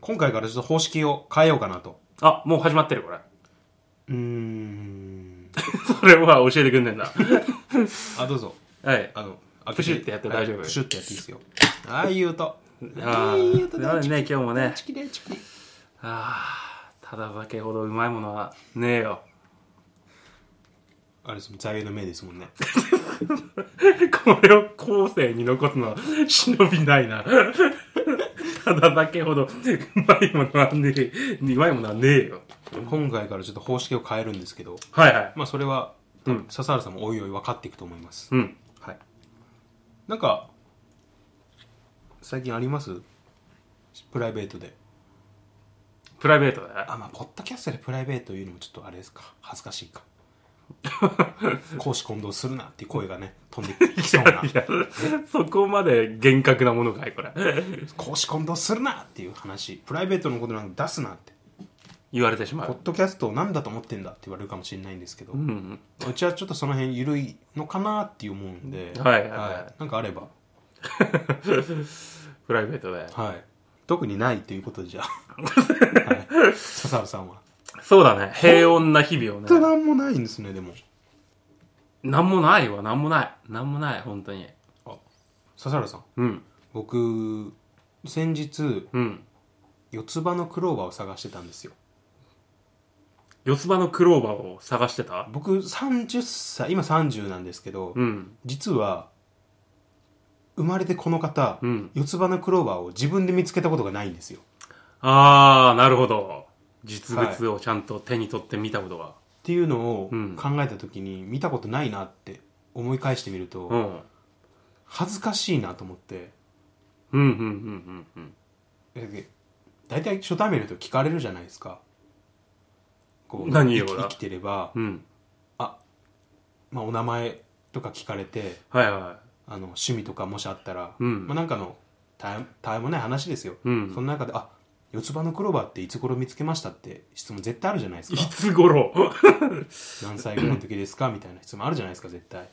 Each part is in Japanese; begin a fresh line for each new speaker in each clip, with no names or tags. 今回からちょっと方式を変えようかなと。
あ、もう始まってる、これ。
うーん。
それは教えてくんねんな。
あ、どうぞ。
はい。
あの、開け
プシュってやっても大丈夫
はいプシュってやっていいですよ。ああいう音。
ああ、
いい音だ
なんでね、今日もね、
チキレチキ。
ああ、ただ酒ほどうまいものはねえよ。
あれですもん、座右の銘ですもんね。
これを後世に残すのは忍びないな。 ただ酒ほどうまいものはねえ、うまいものはねえよ。
今回からちょっと方式を変えるんですけど、
はいはい。
まあそれは、
うん
笹原さんもおいおい分かっていくと思います。
うん。
はい。なんか、最近ありますプライベートで。
プライベートだよ。
あ、まあ、ポッドキャストでプライベート言うのもちょっとあれですか。恥ずかしい か。公私混同するなっていう声がね、飛んできそうな。
いや、 そこまで厳格なものかい、これ。
公私混同するなっていう話。プライベートのことなんか出すなって。
言われてしま
ポ
う
ッ。ドキャストを何だと思ってんだって言われるかもしれないんですけど、
う。
うんちはちょっとその辺緩いのかなって思うんで、
はいはいはい
なんかあれば。
プライベートで。
はい。特にないということで じゃあ。はい、笹原さんは。
そうだね。平穏な日々をね。
本当なんもないんですね、でも。
なんもないわ、なんもない。なんもない、本当に。
笹原さん、
うん。
僕、先日、
うん。
四つ葉のクローバーを探してたんですよ。
四つ葉のクローバーを探してた
僕、30歳、今30なんですけど、
うん。
実は、生まれてこの方、
うん。
四つ葉のクローバーを自分で見つけたことがないんですよ。
あー、なるほど。実物をちゃんと手に取って見たことが。
っていうのを
うん
考えた時に、見たことないなって思い返してみると、
うん。
恥ずかしいなと思って、
うん、うん、うん、うん。うん
え大体初対面の人聞かれるじゃないですか。こ
何
生
よ
き
俺は
生きてれば、
うん。
まあ、お名前とか聞かれて
はいは
あの趣味とかもしあったら、
うん
まあ、なんかのたわたわいもない話ですよ、
い。うん
そ。の中で「あ四つ葉のクローバーっていつ頃見つけました?」って質問絶対あるじゃないです
い
か
つ頃
何歳ぐらいの時ですかみたいな質問あるじゃないですか絶対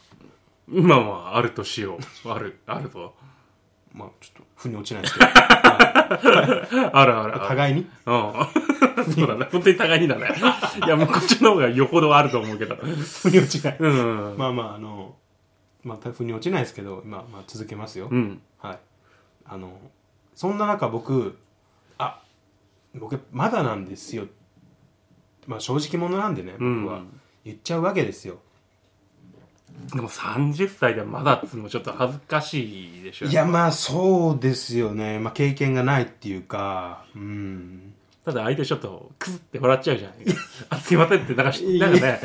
今はあるとしよう。ある、あるぞ。
まあちょっと腑に落ちないですけど、はい
あるあるある。
互いに
うん。 そうだね。本当に互いにだね。いや、もうこっちの方がよほどあると思うけど。
腑に落ちない
うん。
まあまああのまあ腑に落ちないですけど今、まあ、続けますよ、
うん。
はいあのそんな中僕あ僕まだなんですよまあ正直者なんでね
うん
僕は、言っちゃうわけですよ
でも30歳でまだっつうのもちょっと恥ずかしいでしょ。
いやまあそうですよね、まあ、経験がないっていうかうん
ただ相手ちょっとクスって笑っちゃうじゃないあ、すいませんって、なんかし、なんかね、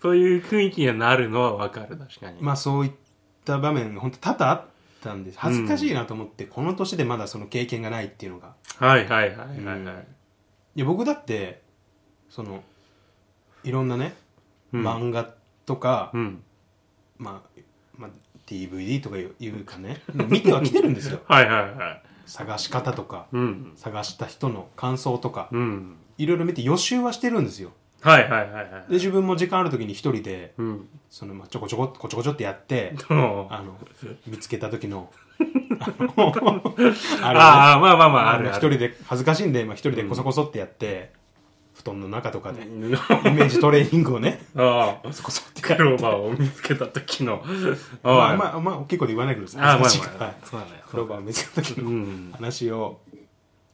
そういう雰囲気になるのはわかる、確かに。
まあそういった場面が本当多々あったんです恥ずかしいなと思って、この年でまだその経験がないっていうのが
はいはいはいはいは
う
い
ん。いや僕だってそのいろんなね、
うん
漫画とか、
うん。
まあまあ、DVD とかいういうかね見ては来てるん ですよ
はいはいはい。
探し方とか
うん。
探した人の感想とか
うん。
いろいろ見て予習はしてるんですよ
はいはいはいはい
で。自分も時間ある時に一人で
うん。
その、まあ、ちょこちょここちょこちょってや って
あ
あの見つけた時 のあのあ
あー、まあまあまあ、あ
れね
る
一
あ
人
る。
で恥ずかしいんで、まあ、一人でこそこそってやって、布団の中とかでイ
うん
メージトレーニングを ね
ああ、
こそこそって
クローバーを見つけた時の。
まあ
あ
まあまあ大きい声で言わないでください
あ、まあまあ。
恥ずかしいからはい
そうだね。
クローバーを見つけた時
う
の
ん。
話を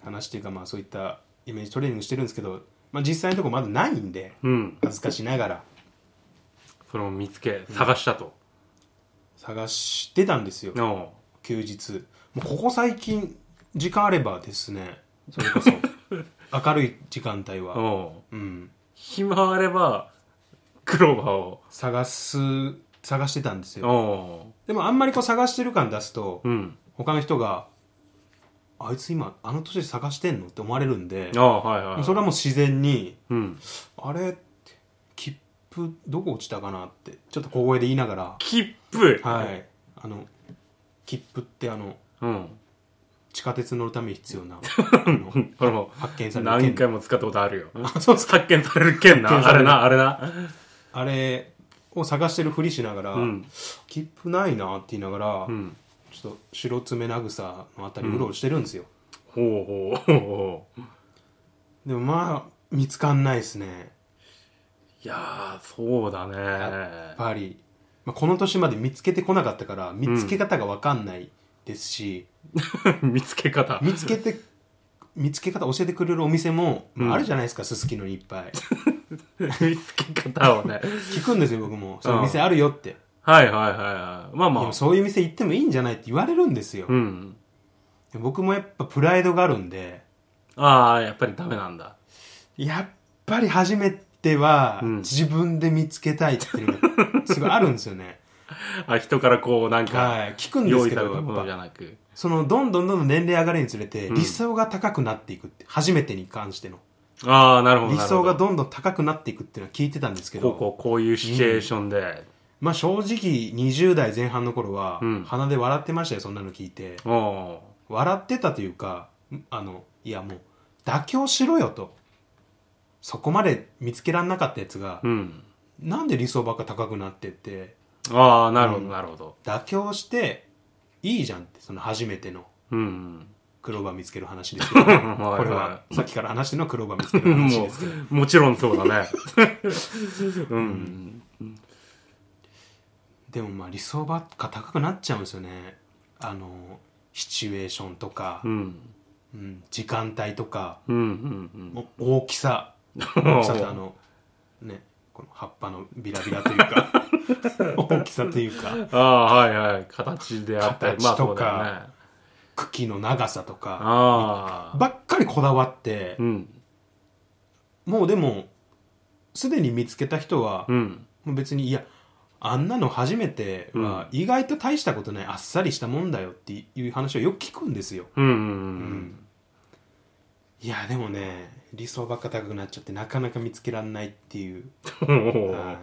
話っていうかまあそういったイメージトレーニングしてるんですけど、まあ、実際のとこまだないんで
うん。
恥ずかしながら
それを見つけ、探したと。
探してたんですよ
お
休日もうここ最近時間あればですねそれこ そ明るい時間帯
う
は、
おう
うん、
暇あれば、クローバーを。
探す探してたんですよ
お
でもあんまりこう探してる感出すと
ううん。
他の人が「あいつ今あの年で探してんの?」って思われるんで
ああ、はいはい。
それはもう自然に
うん。
「あれ切符どこ落ちたかな?」ってちょっと小声で言いながら
切符
はいあの切符ってあの
うん。
地下鉄乗るために必要 なあの
これも、
発見される
何
券
回も使ったことあるよ。発見される
発
剣
見
な。
さ
あ
れ
れ
る
な、あれな。
あれを探してるふりしながら、
うん。
切符ないなって言いながら、
うん。
ちょっと白爪なぐさのあたりうろうろしてるんですよ、
ほうほうほうほう。
でもまあ見つかんないですね
いやー、そうだ
やっ
ね。
ぱり、まあ、この年まで見つけてこなかったから見つけ方が分かんないですし、
見つけ方。
見つけて 見つけ方教えてくれるお店も、ま
うん
あ、あるじゃないですかすすきのにいっぱい
見つけ方をね。
聞くんですよ僕 もその店あるよって、
はいはいはいはい。まあま
で
あ
も。そういう店行ってもいいんじゃないって言われるんですよ、
うん。
で僕もやっぱプライドがあるんで
ああ、やっぱりダメなんだ。
やっぱり初めては
うん
自分で見つけたいっていうの がすごいあるんですよね
あ、人からこう、なんか、
はい聞くんで
用
す
意
け
さ
ど
れた
や
もの
っ
じ
ぱ
ゃなく。
そのどんどんどんどん年齢上がるにつれて
うん
理想が高くなっていくって、初めてに関しての
ああ、なるほど。
理想が
なる
どんどん高くなっていくっていうのは聞いてたんですけ
ほど
ど
こう、こう、こういうシチュエーションで。
まあ正直20代前半の頃は
うん
鼻で笑ってましたよそんなの聞いて
おお
笑ってたというかあのいやもう妥協しろよとそこまで見つけらんなかったやつが
う。うん。
なんで理想ばっか高くなってって
ああ、なるほど、
うん
なるほど。
妥協していいじゃんってその初めての
うん。
クローバー見つける話ですけど、ね、
い はい
これはさっきから話してるのはクローバー見つける話
も
ですけど
う、もちろんそうだね。 うん。
でもまあ理想ばっか高くなっちゃうんですよねあのシチュエーションとか
う、ん。
うん時間帯とか
うん。うん。
お大きさ
うん。
大きさってあのねこの葉っぱのビラビラという か大きさというか
ああ、はいはい。形であったり。
形
まあそ
と
う
か
だよね。
茎の長さとか
ああ。
ばっかりこだわって
うん。
もうでもすでに見つけた人は
うん。
もう別にいやあんなの初めては意外と大したことないあっさりしたもんだよっていう話をよく聞くんですよ、
うん。うん
いやでもね理想ばっか高くなっちゃってなかなか見つけられないっていう、
うん うん
は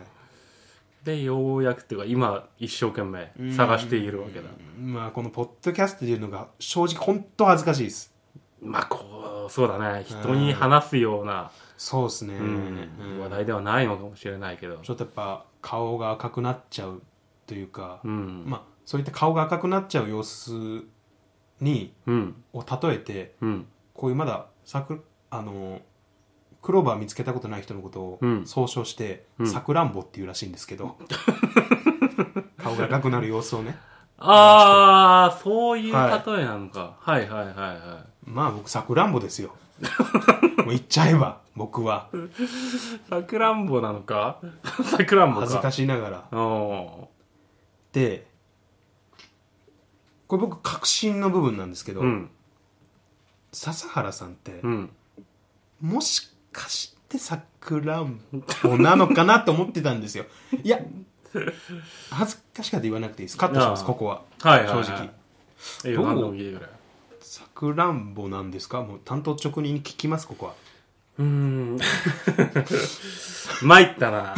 で、ようやくっていうか、今、一生懸
い
命探しているわけだ。
うんまあこのポッドキャストというのが正直本当恥ずかしいです
まあ、こう、そうだね。人に話すような、
そうですね、
うん
うん
話題ではないのかもしれないけど
ち。ょっとやっぱ顔が赤くなっちゃうというか、
うん。
まあそういった顔が赤くなっちゃう様子に
うん。
を例えて
うん。
こういうまだ桜あのクローバー見つけたことない人のことを
うん
総称して
うん
さくらんぼっていうらしいんですけ ど、顔が赤くなる様子をね
ああ、そういう例え
はい
なのか。はいはいはいは。
まあ僕さくらんぼですよもう言っちゃえば僕はい
さくらんぼなの かさくらんぼか。
恥ずか
しい。
しいながら
お
でこれ僕確信の部分なんですけ
ー
ど、
うん。
笹原さんって、
うん。
もしかしてさくらんぼなのかなと思ってたんですよいや恥ずかしかったら言わなくていいですカットしま
あ
す
あ
ここは
はいはい、は
正直
い。いいよ。
どう
何でも聞いてくれ。
さくらんぼなんですかもう担当直人に聞きますここは
うー ん。参ったな。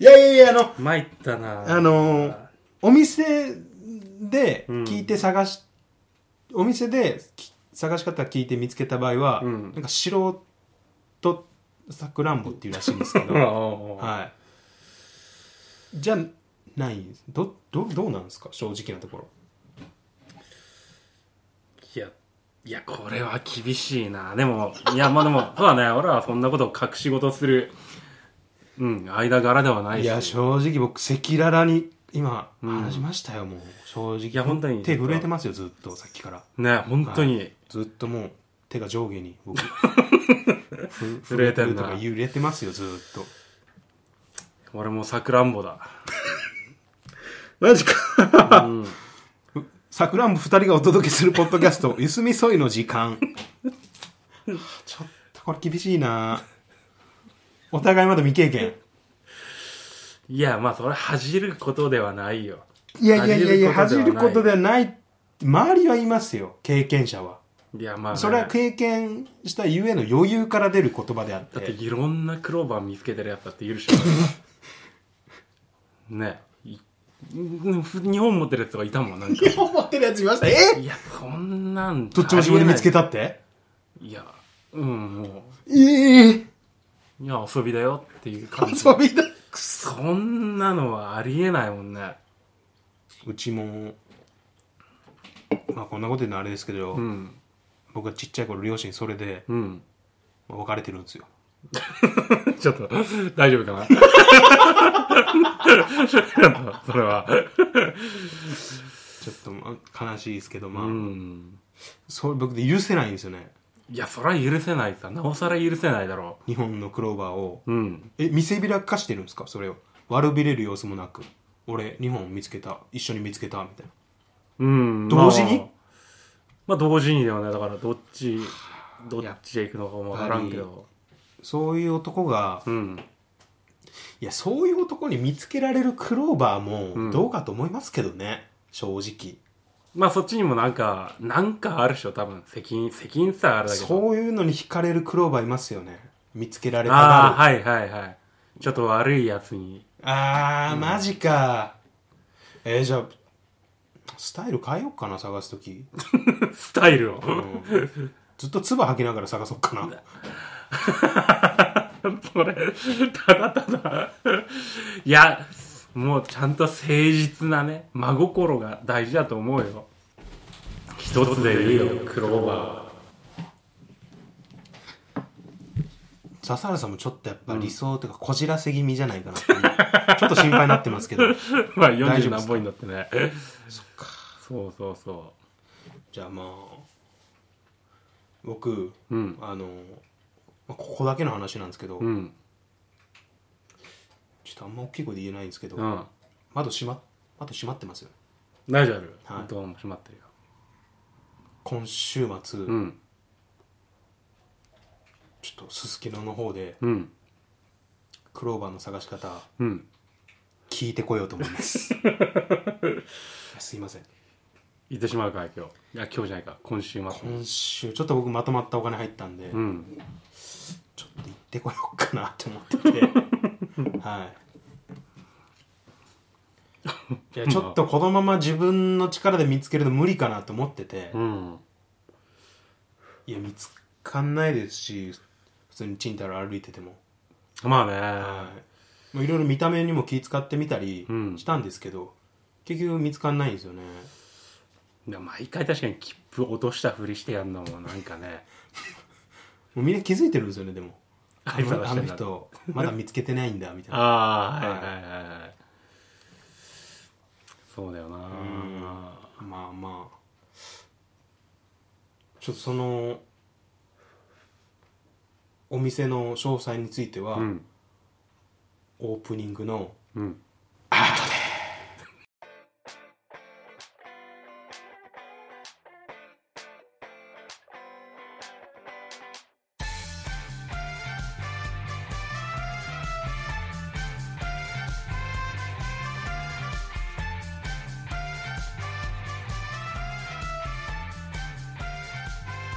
いやいやいやあの
参ったな。
あのーお店で聞いて探し、お店でき探し方聞いて見つけた場合は、
うん
なんか素人さくらんぼっていうらしいんですけ ど
は
はいじゃないんですどどどうなんですか正直なところ
い。いや、いや、これは厳しいな。でも、いや、まあでも、そうだね。俺はそんなこと隠し事する、うん、間柄ではないし。
いや正直僕赤裸々に今話しましたよ、もう正直い
や本当に
手震えてますよずっとさっきから
ね、本当に。
ずっともう手が上下に 僕ふ
震えてんな
とか揺れてますよずっと
俺もさくらんぼだ。
マジか
うん。
さくらんぼ2人がお届けするポッドキャスト「ゆ すみそいの時間」ちょっとこれ厳しいなお互いまだ未経験
いや、まあ、それ恥じることではないよ。
いやいやいやいや恥
恥じ
じ
る
る
こ
ことと
で
ではない周りは言いますよ経験者は、
いや、まあね、
それは経験したゆえの余裕から出る言葉であっ
だってていろんなクローバー見つけてるやつだっているでしょ ねえいうん日本持ってるやつがいたもんなん
い
か
や 思ってるやついましたえ
いやそんなん
どっちも自分で見つけ
た
たって
いやうんも
ええ
ういや遊びだよっていう 感じ
遊びだくそ
そんなのはありえないもんね
うちもまあこんなこと言うのあれですけど、
うん
僕がちっちゃい頃両親それで
うん。
まあ別れてるんですよ
ちょっと、大丈夫かな ちょっと、それは。
ちょっとまあ悲しいですけどまあ、
うん。
それ僕で許せないんですよね
いや、そら許せないさ。なおさら許せないだろ
日本のクローバーを
う。うん。
え見せびらかしてるんですかそれを悪びれる様子もなく俺日本見つけた一緒に見つけたみたいな
うん。
同時に
まあ、まあ同時にだよね。だから、どっち、どっちへ行くのかもわからんけど。
そういう男が
うん。
いやそういう男に見つけられるクローバー
うん
もどうかと思いますけどね、正直
まあ、そっちにもなんか、なんかあるでしょ、多分。責任、責任さあるだけど。
そういうのに惹かれるクローバーいますよね見つけられた
ああ、
がる
はいはいはい。ちょっと悪いやつに。
あーマジかえーじゃあスタイル変えようかな探す時、
スタイルを。
うんずっと唾吐きながら探そうかな
それ、ただただ、いや、もうちゃんと誠実なね、真心が大事だと思うよ。一つでいいよ、クローバ
笹原さんもちょっとやっぱ理想というかこじらせ気味じゃないかなっていう ちょっと心配になってますけど
ー。 まあ、
大丈
40
夫っ
何
す
本になってね。そうそうそ
じゃあまあ僕
う。うん。
あのまあここだけの話なんですけど、
うん。
ちょっとあんま大きい声で言えないんですけど、
うん。
窓閉ま窓閉まってますよ
大丈夫。
はい
どうも閉まってるよ。
今週末、
うん。
ちょっとすすきのの方で
うん。
クローバーの探し方
うん。
聞いてこようと思います いやすいません
行ってしまうか、今日。いや、今日じゃないか。今週末。
今週ちょっと僕まとまったお金入ったんで、
うん。
ちょっと行ってこようかなって思ってて はいいやちょっとこのまま自分の力で見つけるの無理かなと思ってて、
うん。
いや見つかんないですし普通にちんたら歩いてても
ま
は
あね。
いもういろいろ見た目にも気使ってみたり
うん
したんですけど、結局見つかんないんですよね
いや毎回確かに切符落としたふりしてやんのも、なんか ね。
もうみんな気づいてるんですよねでもあ
愛さら
の
し
あ
て
の
んだ
人まだ見つけてないんだみたいな
ああ、
は
は
いい
はいはいはい。そうだよな。
まあまあちょっとそのお店の詳細については、
うん。
オープニングの
うん。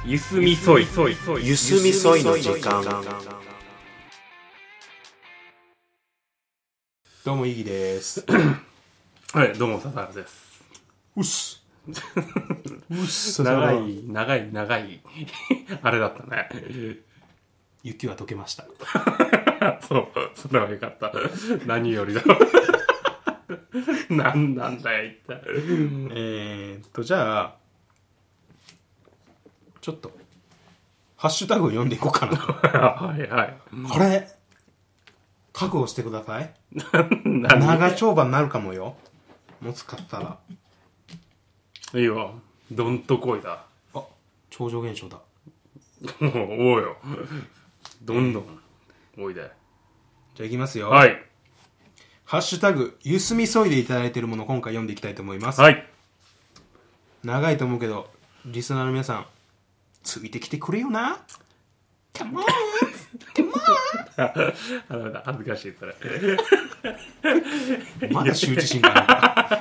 ゆすみそい。
ゆすみそいの時間どうもイギです
はい、どうも、笹原です。
うっす うっす
長い、長い、長い、 あれだったね。
雪は溶けました
そう、それはよかった。何よりだ。 なんなんだよ、一体。
え ーっとじゃあちょっとハッシュタグを読んでいこうかな
はいはい。
これ覚悟してください
何
長丁場になるかもよもつかったら
いいよ。どんとこいだ。
あ超常現象だ
もう、おうよ。どんどん、おいで。
じゃあいきますよ、
はい。
ハッシュタグゆすみそいでいただいてるもの今回読んでいきたいと思います、
はい。
長いと思うけどリスナーの皆さんついてきてくれよなカモン
あ、だめだ。恥ずかしい、それ。
まだ羞恥心があ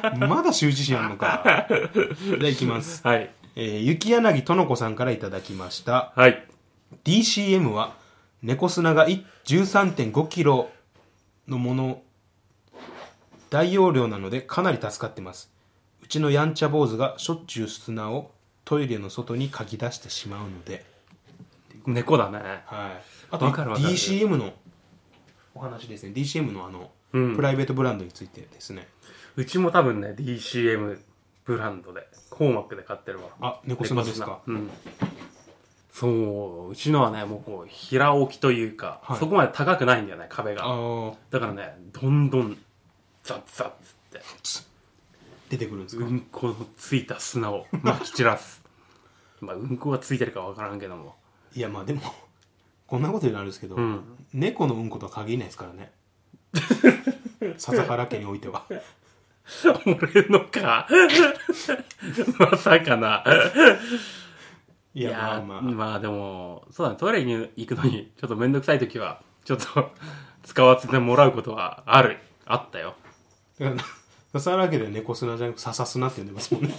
るのかまだ羞恥心あるのかじゃあいきます
はい。
えー、雪柳との子さんからいただきました。
はい。
DCM は、猫砂が1 13.5キロのもの、大容量なのでかなり助かってます。うちのやんちゃ坊主がしょっちゅう砂をトイレの外にかき出してしまうので。
猫だね。
はい。あと、
わかるわかる
DCM のお話ですね。DCM のあの、
うん
プライベートブランドについてですね。
うちも多分ね、DCM ブランドで、コーマックで買ってるわ。
あ、猫砂ですか
猫砂うん。そう、うちのはね、もうこう、平置きというか、
はい
そこまで高くないんだよね、壁
あ
が。
あ
だからね、どんどん、ザッザッつっ
出
て、
てくるんですか、
うんこのついた砂をまき散らす。 まあ、うんこがついてるかわからんけども。
いやまあでもこんなこと言うのあれですけど、
うん。
猫のうんことは限りないですから ね笹原家においては
俺のか。 まさかな。
いやまあまあ、
でも、そうだね、トイレに行くのに、ちょっとめんどくさい時は、ちょっと、 使わせてもらうことはある。あったよ。
だから笹原家では猫砂じゃなく笹砂って呼んでますもんね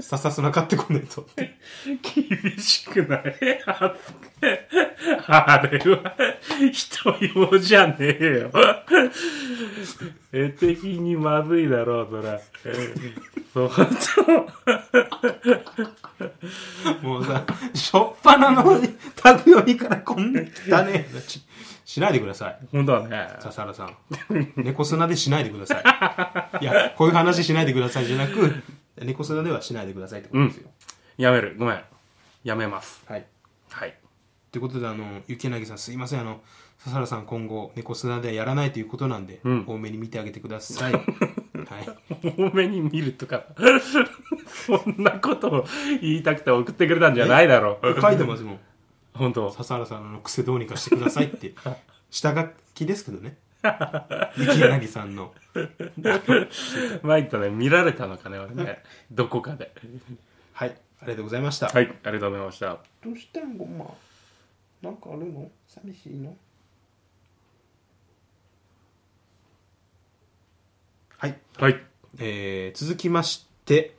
笹砂買ってこねえとって
厳しくないあれは、人用じゃねえ よ。絵的にまずいだろう、そら。そう、
もうさしょっぱなの宅よりからこんな汚ねえししないでください
本当はね。
笹原さん猫砂でしないでくださいいやこういう話しないでくださいじゃなく猫砂ではしないでくださいってことですよ、
やめる。ごめん。やめます。
はい
はい。
ということであの雪柳さんすいませんあの笹原さん今後猫砂ではやらないということなんで、
うん
多めに見てあげてくださいはい
多めに見るとか、 そんなことを言いたくて送ってくれたんじゃないだろう。
書いてますもん
本当。
笹原さんの癖どうにかしてくださいって下書きですけどね雪柳さんの
参ったね。見られたのかね、俺ね。どこかで。
はいありがとうございました、
はい。ありがとうございました。
どうしたんごまなんかあるの寂しいのはい、
はい。
えー、続きまして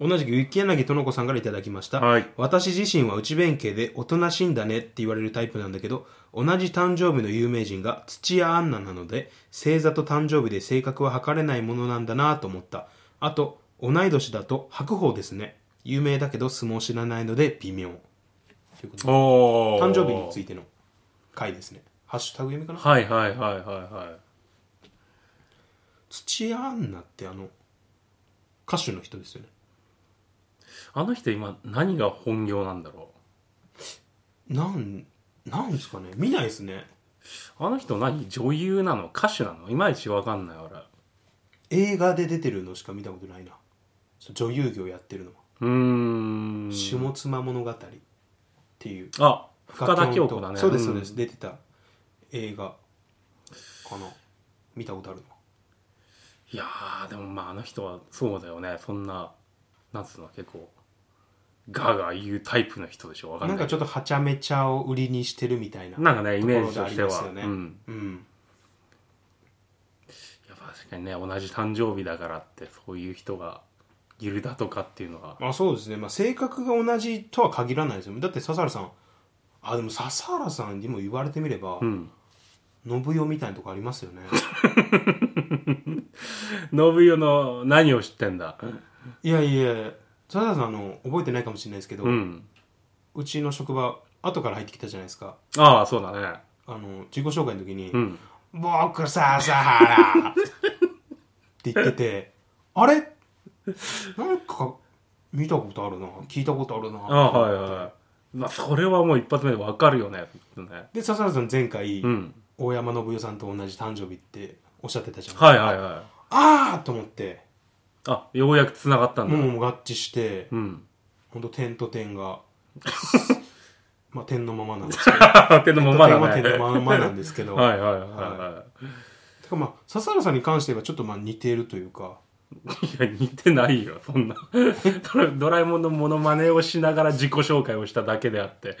同じく雪柳との子さんからいただきました、
はい
私自身は内弁慶でおとなしいんだねって言われるタイプなんだけど同じ誕生日の有名人が土屋アンナなので星座と誕生日で性格は測れないものなんだなと思ったあと同い年だと白鵬ですね有名だけど相撲知らないので微妙ということで
おー
誕生日についての回ですねハッシュタグ読みかな
はいはいはいはいは
土屋アンナってあの歌手の人ですよね
いあの人今何が本業なんだろ
なんなんですかね見ないですね
うあの人何女優なの歌手なのいまいちわかんない俺
映画で出てるのしか見たことないなそう女優業やってるのは
うーん
「下妻物語」っていう
あ深田恭子だね
そうですそう
うん
です、出てた映画かな見たことあるの
いやーでもまああの人はそうだよねそんななんつうの結構ガーガー言うタイプの人でしょわかん
な
ない
んかちょっとはちゃめちゃを売りにしてるみたいな
なんかねイメージとして
とこ
は
ろであ
う
り
ん
ますよねうん
いや確かにね同じ誕生日だからってそういう人がいるだとかっていうのは
まあそうですね、まあ、性格が同じとは限らないですよだって笹原さんあでも笹原さんにも言われてみれば、
うん
信代みたいなとこありますよね
信代の何を知ってんだ
いやいや笹原さんあの覚えてないかもしれないですけど、
うん
うちの職場後から入ってきたじゃないですか
ああそうだね
あの自己紹介の時に
うん
「僕笹原」って言って て「あれなんか見たことあるな聞いたことあるな」
ああはいはいまあそれはもう一発目でわかるよねきっとね
で笹原さん前回、
うん
大山信代さんと同じ誕生日っておっしゃってたじゃん、
はいはいはい
ああと思って
あようやく繋がったんだ
もう合致して、
うん
ほんと点と点 がまあ点のままなんですけど
ってのもまだ
点は
ね
点のままなんですけど、
はいはいはいはい
てかまあ笹原さんに関してはちょっとまあ似てるというか
いや、似てないよ、そんな。 ドラドラえもんのモノマネをしながら自己紹介をしただけであって。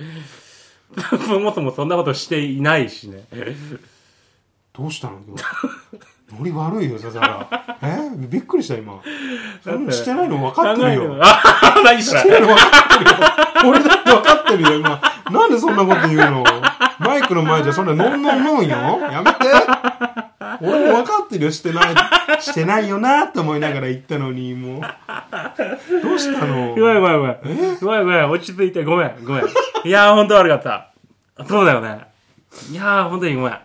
そもそもそんなことしていないしね。
どうしたの 今日ノリ悪いよ笹原えびっくりした今そんなしてないの分かってる
考え
よ
あ、 何
し
そ
てな
れ。
いの分かってるよ俺だって分かってるよ今なんでそんなこと言うのマイクの前じゃそれノンノンノンよやめて俺も分かってるよしてないしてないよなと思いながら言ったのにもうどうしたの
ごめんごめんごめん。ごめんごめん、落ち着いて、ごめん、ごめん。いやー、ほんと悪かった。そうだよね。いやー、ほんとにごめん。
はい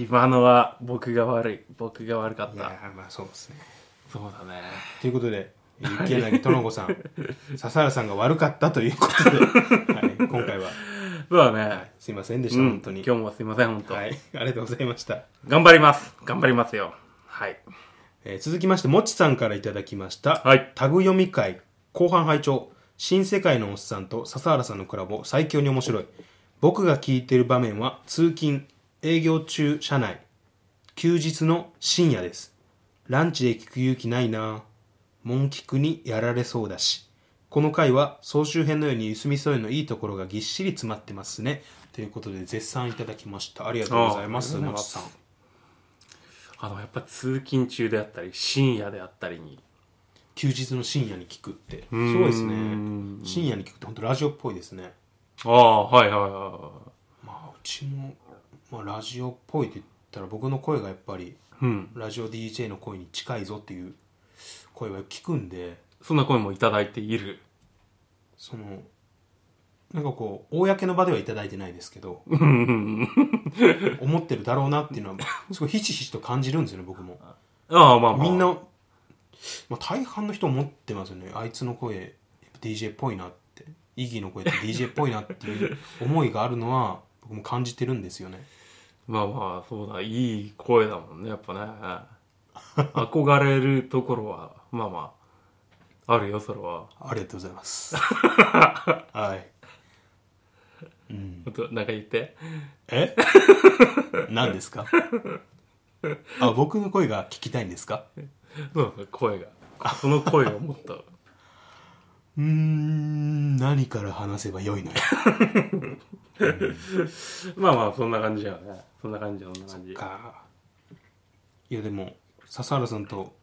今のは僕が悪い。僕が悪かっ
い
た。
やまあそうですね
そうだね。
ということで池柳との子さん、笹原さんが悪かったということで、はい、今回は
そうだね。
すいませんでし
う
た、
ん
本当に。
今日もすいません、本当、
はい、ありがとうございました。
頑張ります。頑張りますよ。はい。
えー続きまして、もちさんからいただきました。
はい
タグ読み会、後半拝聴新世界のおっさんと笹原さんのコラボ、最強に面白い。僕が聞いてる場面は、通勤、営業中、車内、休日の深夜です。ランチで聞く勇気ないなモンキクにやられそうだし。この回は、総集編のように、ゆすみそえのいいところがぎっしり詰まってますね。ということで、絶賛いただきました。ありがとうございます、
あありが
もち
とうございます
さん。
あの、やっぱ通勤中であったり、深夜であったりに。
休日の深夜に聞くってす
ん
ごいですね深夜に聞くって本当ラジオっぽいですね
ああ、はいはいは
まあうちも、まあ、ラジオっぽいって言ったら僕の声がやっぱり
い。うん。
ラジオ DJ の声に近いぞっていう声は聞くんで
そんな声もいただいている。
そのなんかこう公の場ではいただいてないですけど
うんうんうん。
思ってるだろうなっていうのはすごいひしひしと感じるんですよね僕も
ああ、まあまあ。
みんな、まあ、大半の人思ってますよねあいつの声やっぱ DJ っぽいなってイギーの声って DJ っぽいなっていう思いがあるのは僕も感じてるんですよね
まあまあ、そうだ、いい声だもんね、やっぱね。 憧れるところは、まあまあ、あるよ、それは。
ありがとうございます はい、うん、
あと、なんか言って。
え 何ですかあ僕の声が聞きたいんですか
そうそう、声が。その声をもっと。
うーん何から話せばよいのよ
まあまあ、そんな感じやね。そんな感じ、そんな感じ。
かいやでも笹原さんと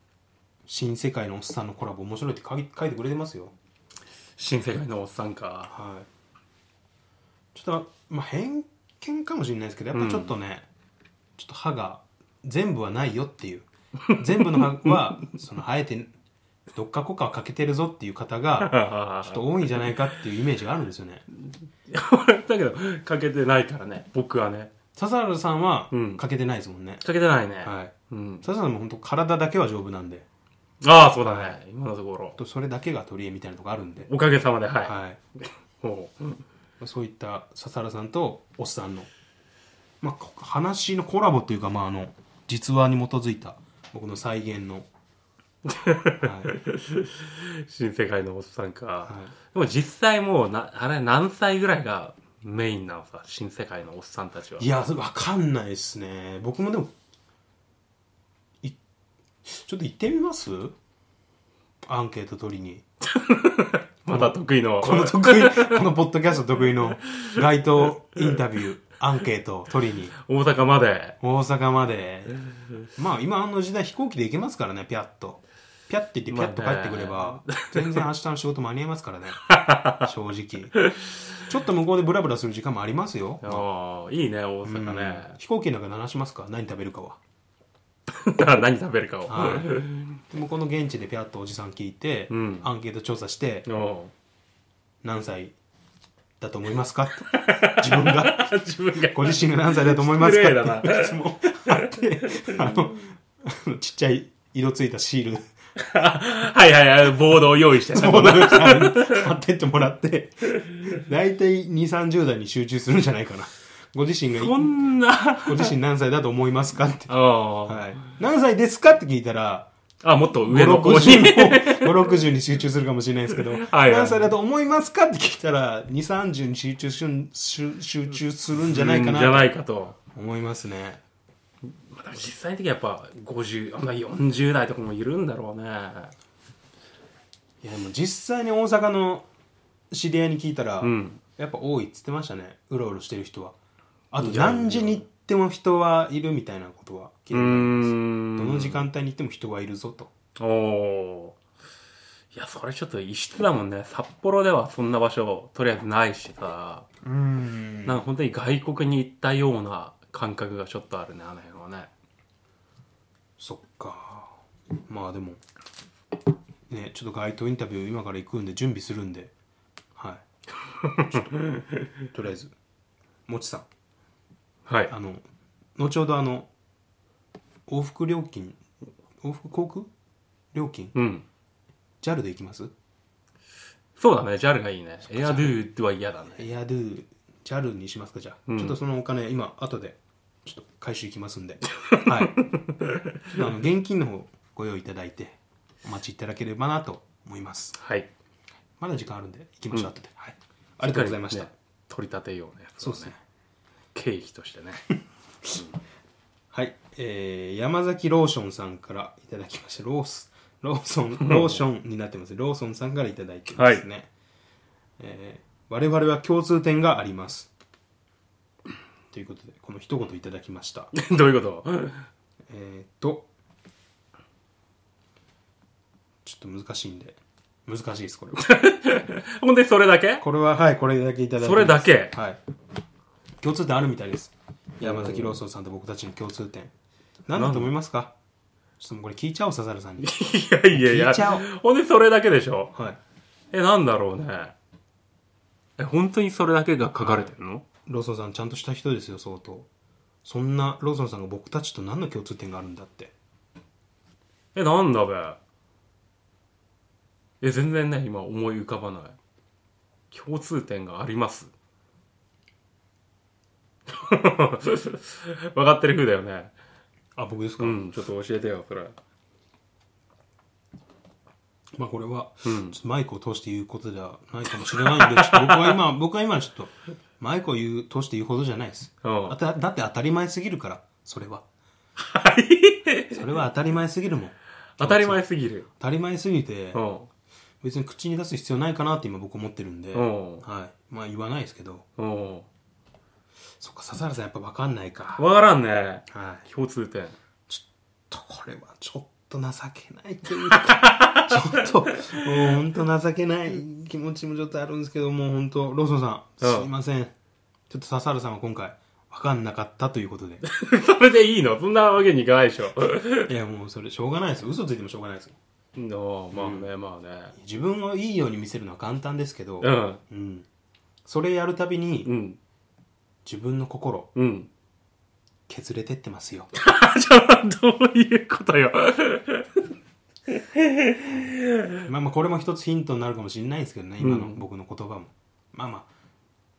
新世界のおっさんのコラボ面白いって書い書いてくれてますよ
新世界のおっさんか。
はいちょっとまあ偏見かもしれないですけどやっぱちょっとね、ちょっと歯が全部はないよっていう全部の歯 はその生えてどっかこっかは欠けてるぞっていう方がちょっと多いんじゃないかっていうイメージがあるんですよね
だけど、かけてないからね、僕はね。
笹原さんは
うん
欠けてないですもんね、
かけてないね。
はい
うん。
笹原さんも本当体だけは丈夫なんで
ああ、そうだね。今のところ。
とそれだけが取り柄みたいなとこあるんで
おかげさまで、はい。
はい
ほう
そういった笹原さんとおっさんの、まあ、こ話のコラボというか、まあ、あの実話に基づいた僕の再現の、はい
新世界のおっさんか。
は
でも実際もうな、あれ何歳ぐらいがメインなのさ、新世界のおっさんたちは。
い、いや分かんないですね僕もでもいちょっと行ってみますアンケート取りに
まだ得意の。
この得意 このポッドキャスト得意の街頭インタビューアンケート取りに
大阪まで。
大阪まで まあ今あの時代飛行機で行けますからねピャッとピャッて行ってピャッと帰ってくれば、 全然明日の仕事間に合いますからね正直ちょっと向こうでブラブラする時間もありますよ、
ああ、いいね、大
うん
阪ね。
飛行機の中で話しますか何食べるか は
だから 何食べるかを。
はいで向こうの現地でピャッとおじさん聞いて、
うん
アンケート調査して
おう
何歳だと思 いますかと自分が
自分が。
ご自身が何歳だと思いますか
失礼だな
っていう質問あってあのあのちっちゃい色ついたシール
はいはいはい、ボードを用意してね
ボードゲームに貼ってってもら って、大体2、30代に集中するんじゃないかな。ご自身が、
こんな。
ご自身何歳だと思いますかって。
あ
はい。何歳ですかって聞いたら、
あ、もっと上
5、
の子に。
60の、5、60に集中するかもしれないですけど、
はい
何歳だと思いますかって聞いたら、2、30に集中しゅん集集中するんじゃないか
うんじゃ
な。
ないかと。
思いますね。
まあでも実際的にやっぱ50、あんま40代とかもいるんだろうね。
いや、でも実際に大阪の知り合いに聞いたら、
うん。
やっぱ多いっつってましたねうろうろしてる人はあと何時に行っても人はいるみたいなことは聞いたことあ
うー
ります
ん。
どの時間帯に行っても人はいるぞと
おおーいやそれちょっと異質だもんね札幌ではそんな場所とりあえずないしさ、
うん
なんか本当に外国に行ったような感覚がちょっとあるねあの辺はね
そっかまあでもねちょっと街頭インタビュー今から行くんで準備するんではいちょっととりあえずもちさん
はい
あの後ほどあの往復料金往復航空料金
うん
JAL で行きます
そうだね、JAL がいいね。エアドゥは嫌だね。
エアドゥ JAL にしますかじゃあ、
うん
ちょっとそのお金今後でちょっと回収いきます んではいちょっとあの現金の方ご用意いただいてお待ちいただければなと思います
はい。
まだ時間あるんで行きましょう、後で、はい、ありがとうございました、
ね取り立てようね。
そうですね。
経費としてね。
はい、えー、山崎ローションさんからいただきましたロースローソン ローションになってますローソンさんからいただいてますね、えー我々は共通点がありますということでこの一言いただきました
どういうこと
えーっとちょっと難しいんで難しいですこれは
ほんで、それだけ
これははいこれだけいただいてます
それだけ
はい共通点あるみたいです山崎ローソンさんと僕たちの共通点何だと思いますかちょっともうこれ聞いちゃおう笹原さんに
いやいやい
聞
や
いちゃおう。
ほんで、それだけでしょ。
はい
え、なんだろうね。え、本当にそれだけが書かれてるの
ローソンさんちゃんとした人ですよ相当そんなローソンさんが僕たちと何の共通点があるんだって
え、なんだべ。え、全然ね、今思い浮かばない。共通点があります。 分かってる風だよね。
あ僕ですか、
うん、ちょっと教えてよ、それ。
まあこれは、
うん
ちょっとマイクを通して言うことではないかもしれない んで、ちょっと僕は今、僕は今ちょっと、マイクを言う通して言うほどじゃないです。
うん
あただって当たり前すぎるから、それは。それは当たり前すぎるもん。
当たり前すぎる。
当たり前すぎて
う、ん。
別に口に出す必要ないかなって今僕思ってるんで、
うん
はい。まあ言わないですけど、
うん。
そっか、笹原さんやっぱ分かんないか。
わからんね。
はい。
共通点。
と、これはちょっと情けないというか、 ちょっと、もう本当情けない気持ちもちょっとあるんですけど、もう本当、ローソンさん、
うん
すいません。ちょっと笹原さんは今回、わかんなかったという ことで。
それでいいのそんなわけにいかないでしょ。
いや、もうそれ、しょうがないですよ。嘘ついてもしょうがないですよ。
のまあね、まあね。
自分をいいように見せるのは簡単ですけど、
うん。
うんそれやるたびに、
うん。
自分の心、
うん。
削れてってます よ。
じゃあ、どういうことよ。
まあまあ、これも一つヒントになるかもしれないですけどね、今の僕の言葉も。まあまあ、まあ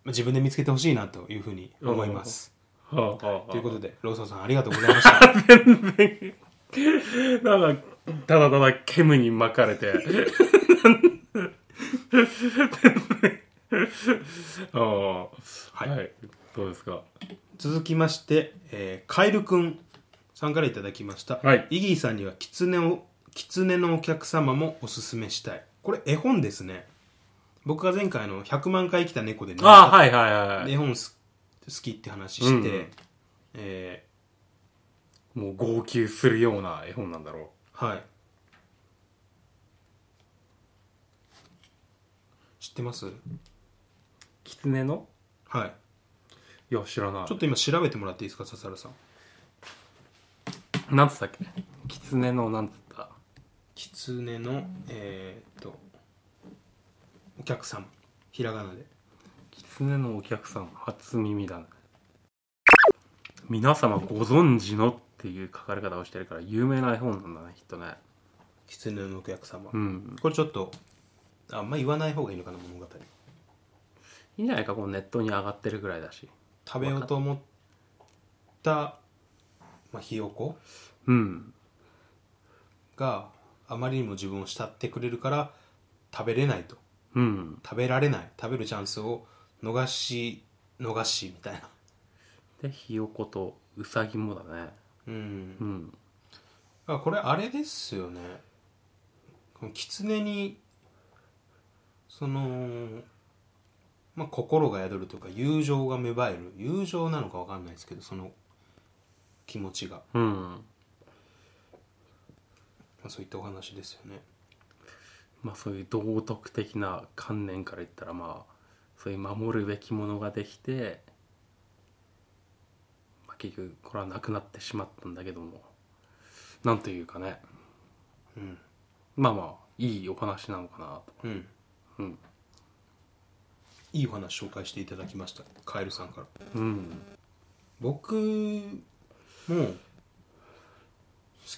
自分で見つけてほしいなというふうに思います。
はあはあ
ということで、ローソンさんありがとうございま した。
なんか、ただただ煙に巻かれて。 ああ、はい、どうですか。
続きまして、えーカエルくんさんからいただきました。
はい
イギーさんには狐を、狐のお客様もおすすめしたい。これ絵本ですね。僕が前回あの100万回来た猫でね、
ああ、はいはいはいは
絵
い。
本す好きって話して、
うん
え
もう号泣するような絵本なんだろ
ーはい。知ってます
う。狐の
はい。
いや、知らない
ちょ。っと今調べてもらっていいですか、笹原さん。
なんつったっけ狐のなんつった
狐のえーっとお客さんひらがなで
狐のお客さん、初耳だね。皆様ご存知のっていう書かれ方をしてるから、有名な絵本なんだね、きっとね。
狐のお客様、
うん。
これちょっとあんま言わない方がいいのかな物語
いいんじゃないか、こうネットに上がってるぐらいだし。
食べようと思った、まあ、ひよこ
うん。
があまりにも自分を慕ってくれるから食べれないと
うん。
食べられない食べるチャンスを逃し逃しみたいな
で、ひよことうさぎもだね。
うん
うん。
あこれあれですよねこの狐にその、まあ、心が宿るというか友情が芽生える友情なのかわかんないですけどその気持ちが、ま
うん。
あ、そういったお話ですよね
まあそういう道徳的な観念から言ったら、まあ、そういう守るべきものができて、まあ結局これはなくなってしまったんだけども、なんというかね、
うん
まあまあ、いいお話なのかなと。
うん
うん。
いいお話紹介していただきましたカエルさんから
うん。
僕も好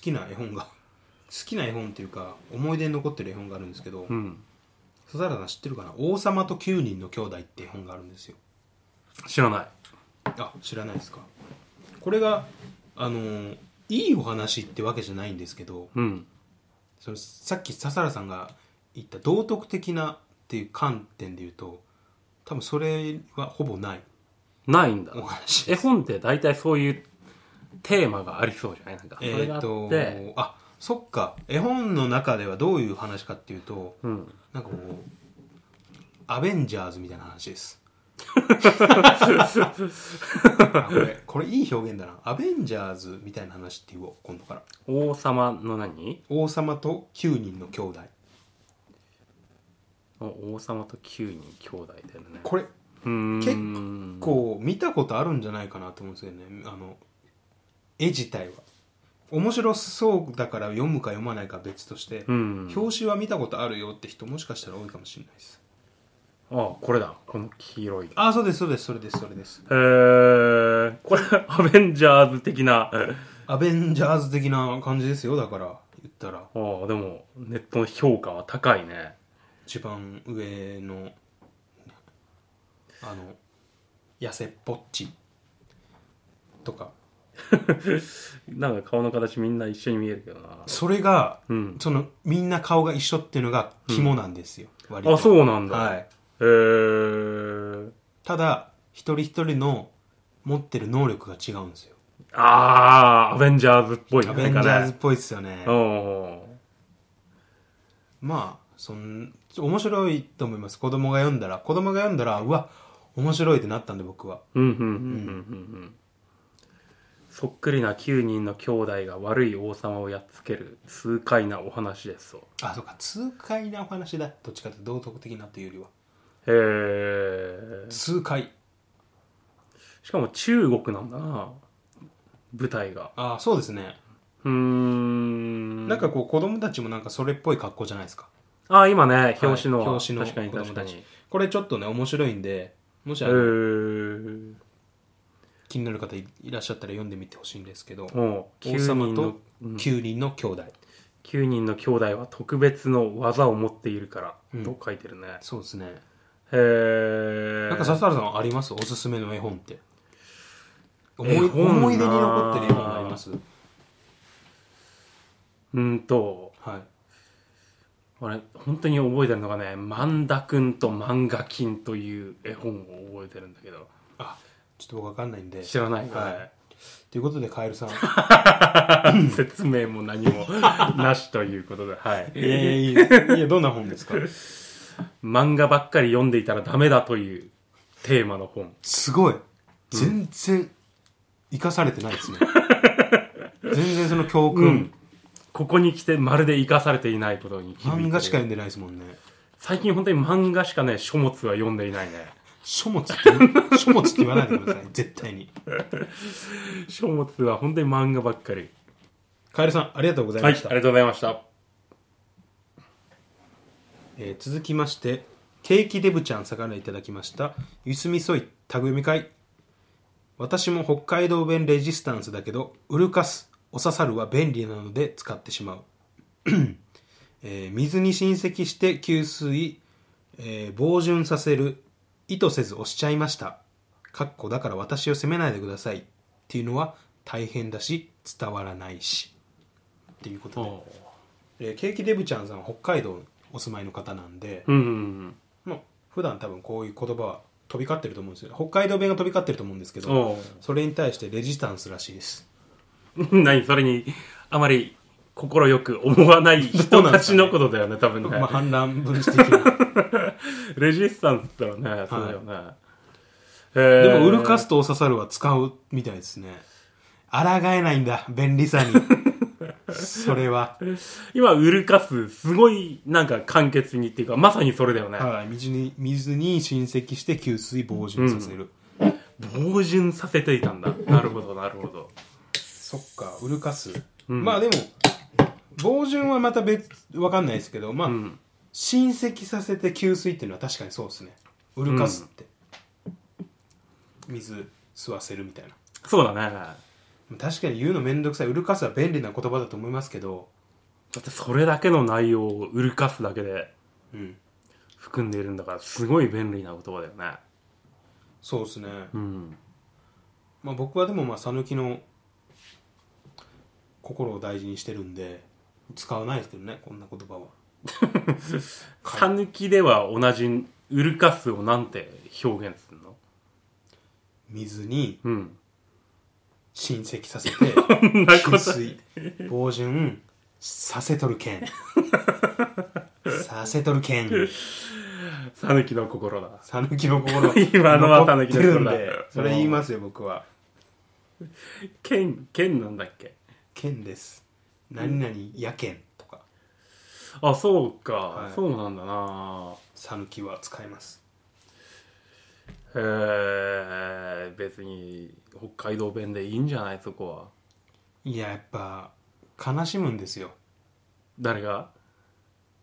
きな絵本がきな絵本っていうか思い出に残ってる絵本があるんですけど
うん。
笹原さん知ってるかな「王様と9人の兄弟」って絵本があるんですよ
知らない。
あ知らないですかこれがあのーいいお話ってわけじゃないんですけど
うん。
そのさっき笹原さんが言った道徳的なっていう観点で言うと多分それはほぼない
ないんだ。
お話
絵本って大体そういうテーマがありそうじゃないなんか。そ
え
れがあ
ーっ
って、
とあそっか絵本の中ではどういう話かっていうと
うん。
なんかこうアベンジャーズみたいな話ですあこれこれいい表現だなアベンジャーズみたいな話って言おう今度から
王様の何
王様と9人の兄弟
お王様と9人兄弟だよね。
これ
うーん
結こう見たことあるんじゃないかなと思うんですけどねあの絵自体は面白そうだから読むか読まないかは別として、
うん。
表紙は見たことあるよって人もしかしたら多いかもしれないです
ああ、これだ。この黄色い。
あそうですそうですそれですそれです
えー、これ、 アベンジャーズ的な。
アベンジャーズ的な感じですよだから言ったら
ああ、でも、ネットの評価は高いね。
一番上のあの痩せっぽっちとか
なんか顔の形みんな一緒に見えるけどな。
それが
うん。
そのみんな顔が一緒っていうのが肝なんですよ、割と
あ、そうなんだ。
はい
えー、
ただ一人一人の持ってる能力が違うんですよ
あー、アベンジャーズっぽい
ア
ね。
ベンジャーズっぽいですよね
なんかねうん
まあそん面白いと思います子供が読んだら子供が読んだらうわ面白いってなったんで僕は
うんうんうんうんうんうん。そっくりな9人の兄弟が悪い王様をやっつける痛快なお話ですと。
あそうか痛快なお話だどっちかというと道徳的なというよりは
へー。
痛快
しかも中国なんだな。舞台が。
あそうですね、
うーん。
なんかこう子供たちもなんかそれっぽい格好じゃないですか
ああ、今ね、表紙の、
はい表紙の
確かに
子供
確か
たち
に。
これちょっとね面白いんでもし
え
あの
ー、
気になる方いいらっしゃったら読んでみてほしいんですけど
もう、
王
9
様
人
と
の、うん
9人の兄弟、
9人の兄弟は特別の技を持っているから、
うん
と書いてるね。
そうですね
へー。
なんか笹原さんありますおすすめの絵本って思い
絵本な
思い出に残ってる絵本があります
うんと、
はい
俺、本当に覚えてるのがね、万田くんと漫画金という絵本を覚えてるんだけど、
あちょっと僕わかんないんで
知らない
は
か
いということでカエル さん
い、説明も何もなしということで、はい。
いやいやいやいやどんな本ですか
漫画ばっかり読んでいたらダメだというテーマの本。
すごい全然生かされてない ですね全然その教訓、
うんここに来てまるで生かされていないことに気づいて
漫
る
画しか読んでないですもんね
最近本当に漫画しかね、書物は読んでいない ね。
書物って 書物って言わないでください絶対に
書物は本当に漫画ばっかり。
カエルさんありがとうござい
はい、
ま
あり
した、
がとうございました。
えー続きましてケーキデブちゃんさからいただきましたゆすみそいタグ読み会私も北海道弁レジスタンスだけどうるかすお刺さるは便利なので使ってしまう、 えー水に浸積して吸水、えー防潤させる意図せず押しちゃいましたかっこだから私を責めないでくださいっていうのは大変だし伝わらないしっていうことで
お
えーケーキデブちゃんさんは北海道お住まいの方なんで、
うんうん
もう普段多分こういう言葉は飛び交ってると思うんですよ北海道弁が飛び交ってると思うんですけ
うん。
ど
お
それに対してレジスタンスらしいです
う 何それに、あまり心よく思わな い人たちのことだよね、多分ね。
まあ反乱分子 的な
レジスタンスだよね、そうだよね。え
で
ー
もウルカスとお刺さるは使うみたいですね抗えないんだ便利さにそれは、
今、ウルカス、すごい、なんか、簡潔にっていうか、まさにそれだよね。
はい、水に水に浸積して吸水防潤させる、
傍順させていた んだ。なるほど、なるほど。
そっかウルカス、
ん
まあでも防潤はまた別わかんないですけどまあ、
うん。
親戚させて給水っていうのは確かにそうですねウルカスって、水吸わせるみたいな
そうだね。
確かに言うのめんどくさいウルカスは便利な言葉だと思いますけど
だってそれだけの内容を売りかすだけで
うん
含んでいるんだからすごい便利な言葉だよね
そうですね、
うん
まあ、僕はでもまあ讃岐の心を大事にしてるんで使わないですけどねこんな言葉は
さぬきでは同じ売るかすをなんて表現するの
水に
うん
浸積させて
そんな こと
浸水防潤させとるけ んさせとるけん
さぬきの心だ
讃岐の心
今のは
残ってるん
讃岐の心だ
でそれ言いますよ僕は
剣剣なんだっけ
剣です何々やけんとか
あそうか、
い
そうなんだな
讃岐は使えます
へえ別に北海道弁でいいんじゃないそこはい
ややっぱ悲しむんですよ
誰が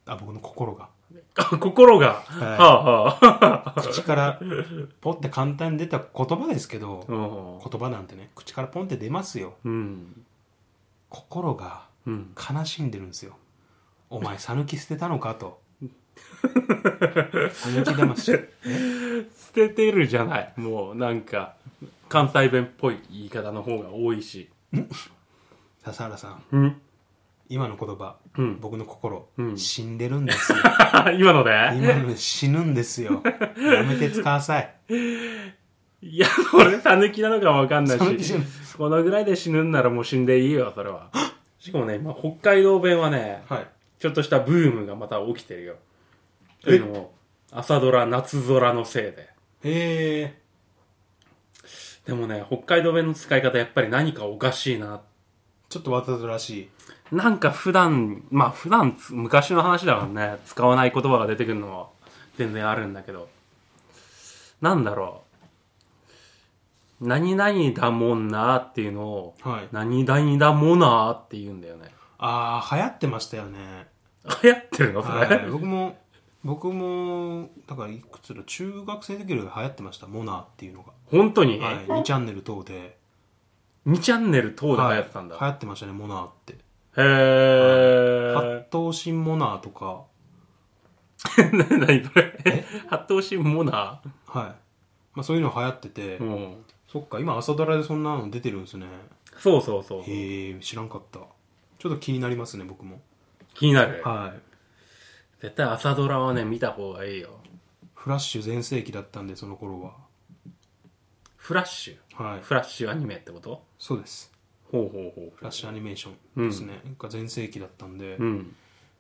あ僕の心が
あ心が、
い
はあはあ
口からポッて簡単に出た言葉ですけど
うん
言葉なんてね口からポンって出ますよ
うん
心が
うん
悲しんでるんですよお前讃岐捨てたのか と讃岐魂
捨ててるじゃないもうなんか関西弁っぽい言い方の方が多いし
笹原さん
うん
今の言葉、
うん
僕の心、
うん
死んでるんです よ
今ので、
今ので死ぬんですよやめて使わさ い
いやそれさぬきなのかわかんない
讃岐じ
し
ゃない
このぐらいで死ぬんならもう死んでいいよそれは しかもね今北海道弁はね
はい
ちょっとしたブームがまた起きてるよ。
え
というのも、朝ドラ、夏空のせいで。
へえ
でもね、北海道弁の使い方やっぱり何かおかしいな。
ちょっとわざとらしい
なんか普段、まあ普段つ、昔の話だからね、使わない言葉が出てくるのは全然あるんだけど。なんだろう。何々だもんなっていうのを、
はい
何々だもなって言うんだよね。
ああ流行ってましたよね
流行ってるのそれ。
はい僕も僕もだからいくつだ中学生の時より流行ってましたモナーっていうのが、
本当に、
はい、2チャンネル等で
2チャンネル等で流
はい
行ってたんだ。
流行ってましたねモナーって
へ
八
ー。
頭身モナーとか
な 何それ発頭身モナ
はい、まあ、そういうの流行ってて、
ーうん
そっか今朝ドラでそんなの出てるんですね
そうそうそう
へえ知らんかったちょっと気になりますね僕も
気になる
はい
絶対朝ドラはね見た方がいいよ
フラッシュ全盛期だったんでその頃は
フラッシ
はい
ュフラッシュアニメってこと
そうです
ほうほうほう
フラッシュアニメーションですね、が全盛期だったんで、
うん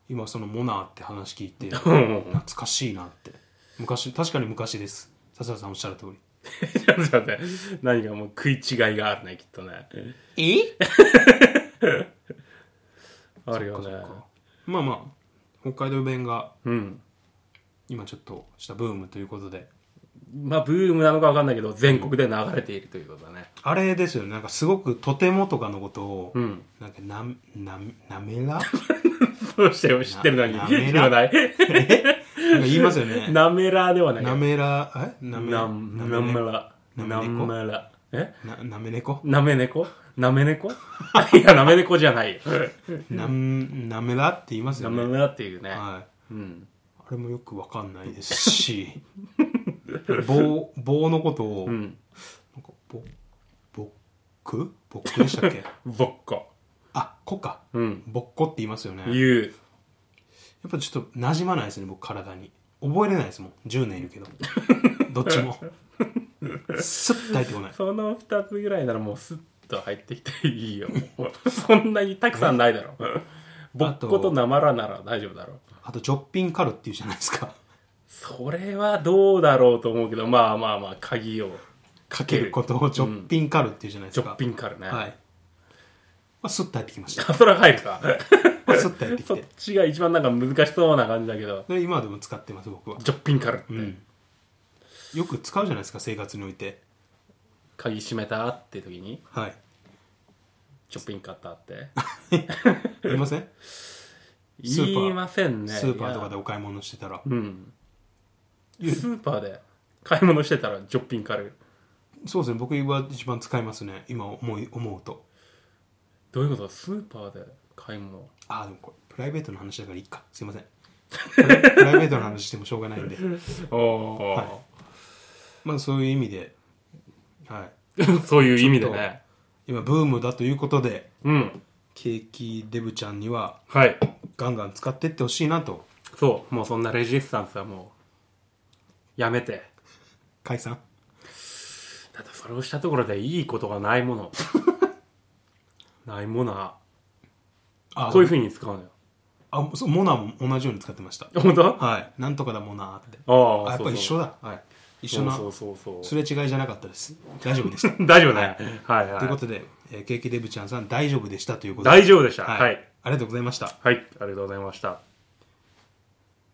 今そのモナーって話聞い て
うんうんうん
懐かしいなって昔確かに昔です笹原さんおっしゃる通り
ちょっと待って何かもう食い違いがあるねきっとね
え
あるよね
まあまあ北海道弁が
うん
今ちょっとしたブームということで
まあブームなのか分かんないけど全国で流れているということだ ね
あれですよねなんかすごく「とても」とかのことを、
うん
なんかな「ななめら」
どうしても 知ってるのに
な
言わない
なんか言いますよね
なめらでは
「
ない
なめら」えなめ
ななめら
なめ
な
猫
めらえ
ななめ猫
なめ猫な め猫いや、なめ猫じゃないよ。
なんなめらって言います
な
よ
め
ね、
村っていうね。
はい、
うん。
あれもよくわかんないですし 棒棒のことを、
うん。
なんかぼぼっくぼっくでしたっけ
ぼっこ。
あこか
うん。
ぼっこって言いますよねや
言う。
っぱちょっと馴染まないですね僕体に覚えれないですもん10年いる けどどっちもスッと入ってこない
その二つぐらいならもうスッと入ってきていい よ。もうそんなにたくさんないだろ。ぼっことなまらなら大丈夫だろ。
あとジョッピンカルっていうじゃないですか
それはどうだろうと思うけど、まあまあまあ、鍵を。
かけることをジョッピンカルっていうじゃないです
ジョ
か
ッピンからね。
はい、まあ、スッと入ってきま した、
あ、それは入るか。
まあ、スッと入ってき
そってちが一番なんか難しそうな感じだけど、
それ今でも使ってます僕は
ジョッピンからって。
うんよく使うじゃないですか生活において
鍵閉めたって時に、
はい
ジョッピン買ったって。
言いません、スーパー
言いませんね
スーパーとか
で
でお買い物してたら
うんス
いや
ーパーで買い物してたらジョッピンカル
そうですね僕は一番使いますね今思い思うと
どういうことスーパーで買い物
ああでもこれプライベートの話だからいいかすいませんプライ プライベートの話してもしょうがないんで
おお、
はまあそういう意味で、はい、
そういう意 味でね
今ブームだということで
うん
ケーキデブちゃんには
はい
ガンガン使ってってほしいなと
そうもうそんなレジスタンスはもうやめて
解散
だってそれをしたところでいいことがないも のないものは
あ
こういうふうに使うのよ
あそうモナーも同じように使ってました
本当あ
はいなんとかだモナーって
あ
あやっぱり一緒
だ
だはい一緒な
そうそうそう
す
そ
れ違いじゃなかったです大丈夫でした
う大丈夫ねはい
という
は
こ
い
とで、えーケーキデブちゃんさん大丈夫でしたということで
大丈夫でした
は
はいい、
ありがとうございました
はいありがとうございました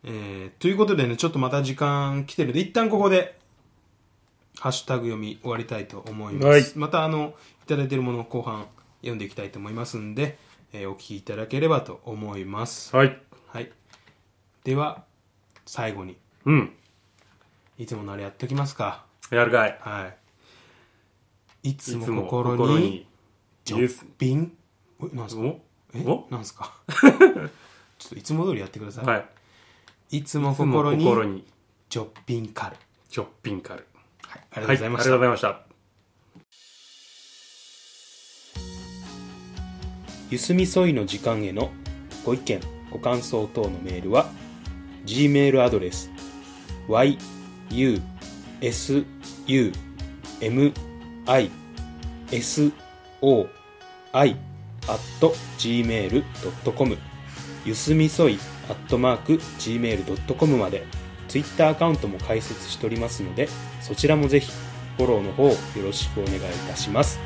えーということでね、ちょっとまた時間来てるので、一旦ここで、ハッシュタグ読み終わりたいと思います。
はい
また、あの、いただいてるものを後半読んでいきたいと思いますんで、えーお聞きいただければと思います。
はい
はい。では、最後に、
うん
いつものあれやっておきますか。
やるかい
はい。い
い
つ
つ
も
も
心
心
に、
に
ジョッピン、え、なんすか
お
え
お
なんすか ちょっといつも通りやってください。
はい
い、つも
いつも
心に、
心に
ジョッピンカル。
ジョッピンカル
はい、あ
あ
りがとうございました。
はい、ありがとうございました
ゆすみそいの時間へのご意見ご感想等のメールは G メールアドレス y u s u m i s o i at gmail.com ゆすみそい at mark gmail.com までツイッターアカウントも開設しておりますのでそちらもぜひフォローの方よろしくお願いいたします